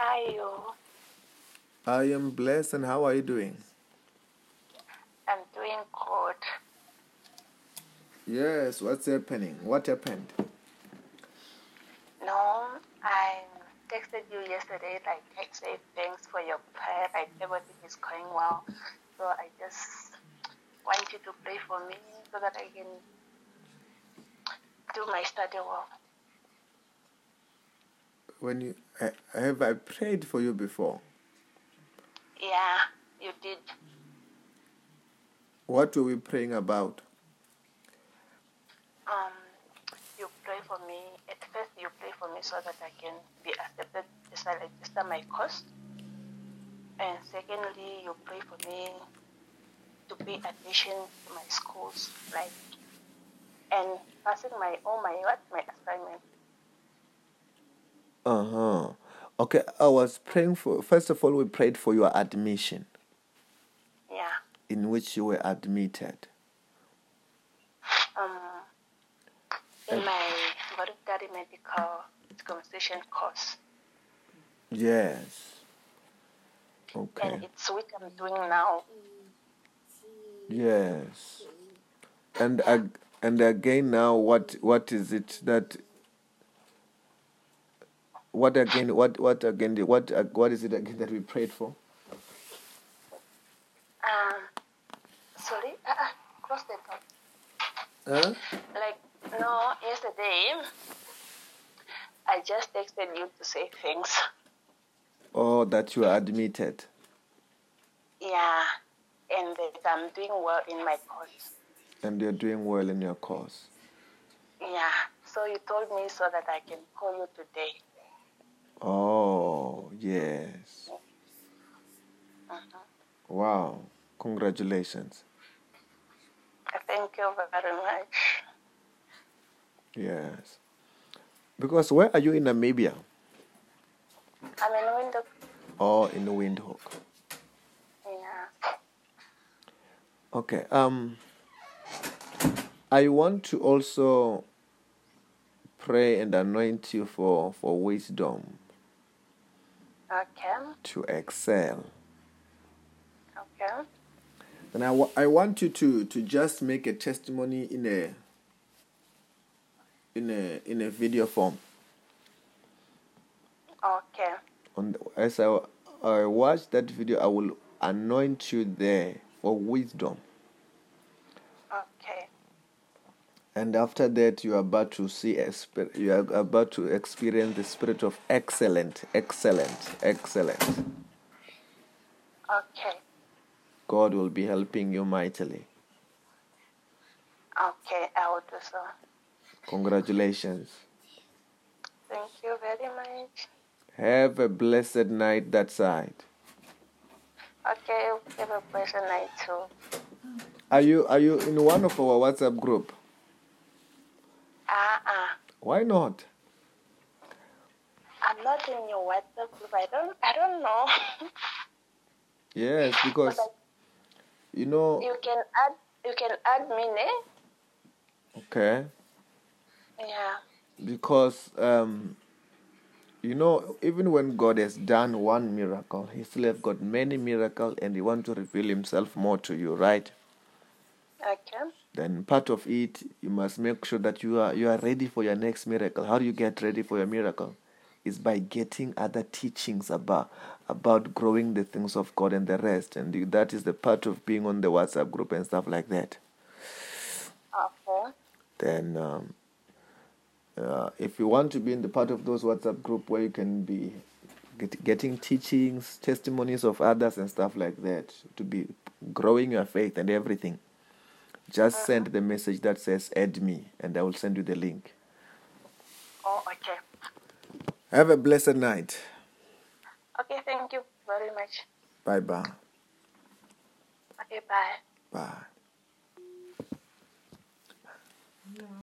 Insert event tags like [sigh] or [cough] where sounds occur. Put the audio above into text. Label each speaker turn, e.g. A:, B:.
A: are you?
B: I am blessed, and how are you doing?
A: I'm doing good.
B: Yes, what's happening? What happened?
A: No, I texted you yesterday, like, I say thanks for your prayer, like, everything is going well. So I just want you to pray for me so that I can do my study well.
B: When you I, have I prayed for you before?
A: Yeah, you did.
B: What were we praying about?
A: Um, you pray for me. At first, you pray for me so that I can be accepted as I register my course. And secondly, you pray for me to pay attention to my schools, like and passing my all my what my assignment.
B: Uh huh. Okay, I was praying for. First of all, we prayed for your admission,
A: Yeah.
B: in which you were admitted.
A: Um, in my voluntary medical circumcision course,
B: Yes. Okay.
A: and it's what I'm doing now.
B: Yes. And ag- and again now what what is it that what again what what again what ag- what is it again that we prayed for?
A: Um, sorry, uh, uh, close the door.
B: Huh?
A: Like no, yesterday I just texted you to say thanks.
B: Oh, that you are admitted.
A: Yeah, and that I'm doing well in my course.
B: and you're doing well in your course.
A: Yeah, so you told me so that I can call you today.
B: Oh, yes.
A: Mhm.
B: Wow. Congratulations.
A: Thank you very much.
B: Yes. Because where are you in Namibia?
A: I'm in window.
B: Or in Windhoek?
A: Yeah.
B: Okay. Um I want to also pray and anoint you for, for wisdom
A: Okay.
B: to excel.
A: Okay.
B: And I wa- I want you to, to just make a testimony in a in a in a video form.
A: Okay.
B: on the, as I, I watch that video, I will anoint you there for wisdom.
A: Okay.
B: And after that, you are about to see, exper- you are about to experience the spirit of excellent, excellent, excellent.
A: Okay.
B: God will be helping you mightily.
A: Okay. I will do so.
B: Congratulations.
A: Thank you very much.
B: Have a blessed night that side.
A: Okay. Have a pleasant night too.
B: Are you are you in one of our WhatsApp group?
A: Ah ah.
B: Why not?
A: I'm not in your WhatsApp group. I don't. I don't know. [laughs]
B: Yes, because you know.
A: you can add. You can add me, ne?
B: Okay.
A: Yeah.
B: because um, you know even when god has done one miracle he still have got many miracles and he want to reveal himself more to you right
A: Okay.
B: then part of it you must make sure that you are you are ready for your next miracle how do you get ready for your miracle is by getting other teachings about about growing the things of god and the rest and you- that is the part of being on the whatsapp group and stuff like that
A: Okay.
B: then um, uh, if you want to be in the part of those WhatsApp group where you can be get, getting teachings, testimonies of others and stuff like that to be growing your faith and everything, just send the message that says add me and I will send you the link.
A: Oh, okay.
B: Have a blessed night.
A: Okay. Thank you very much.
B: Bye bye.
A: Okay. Bye.
B: Bye.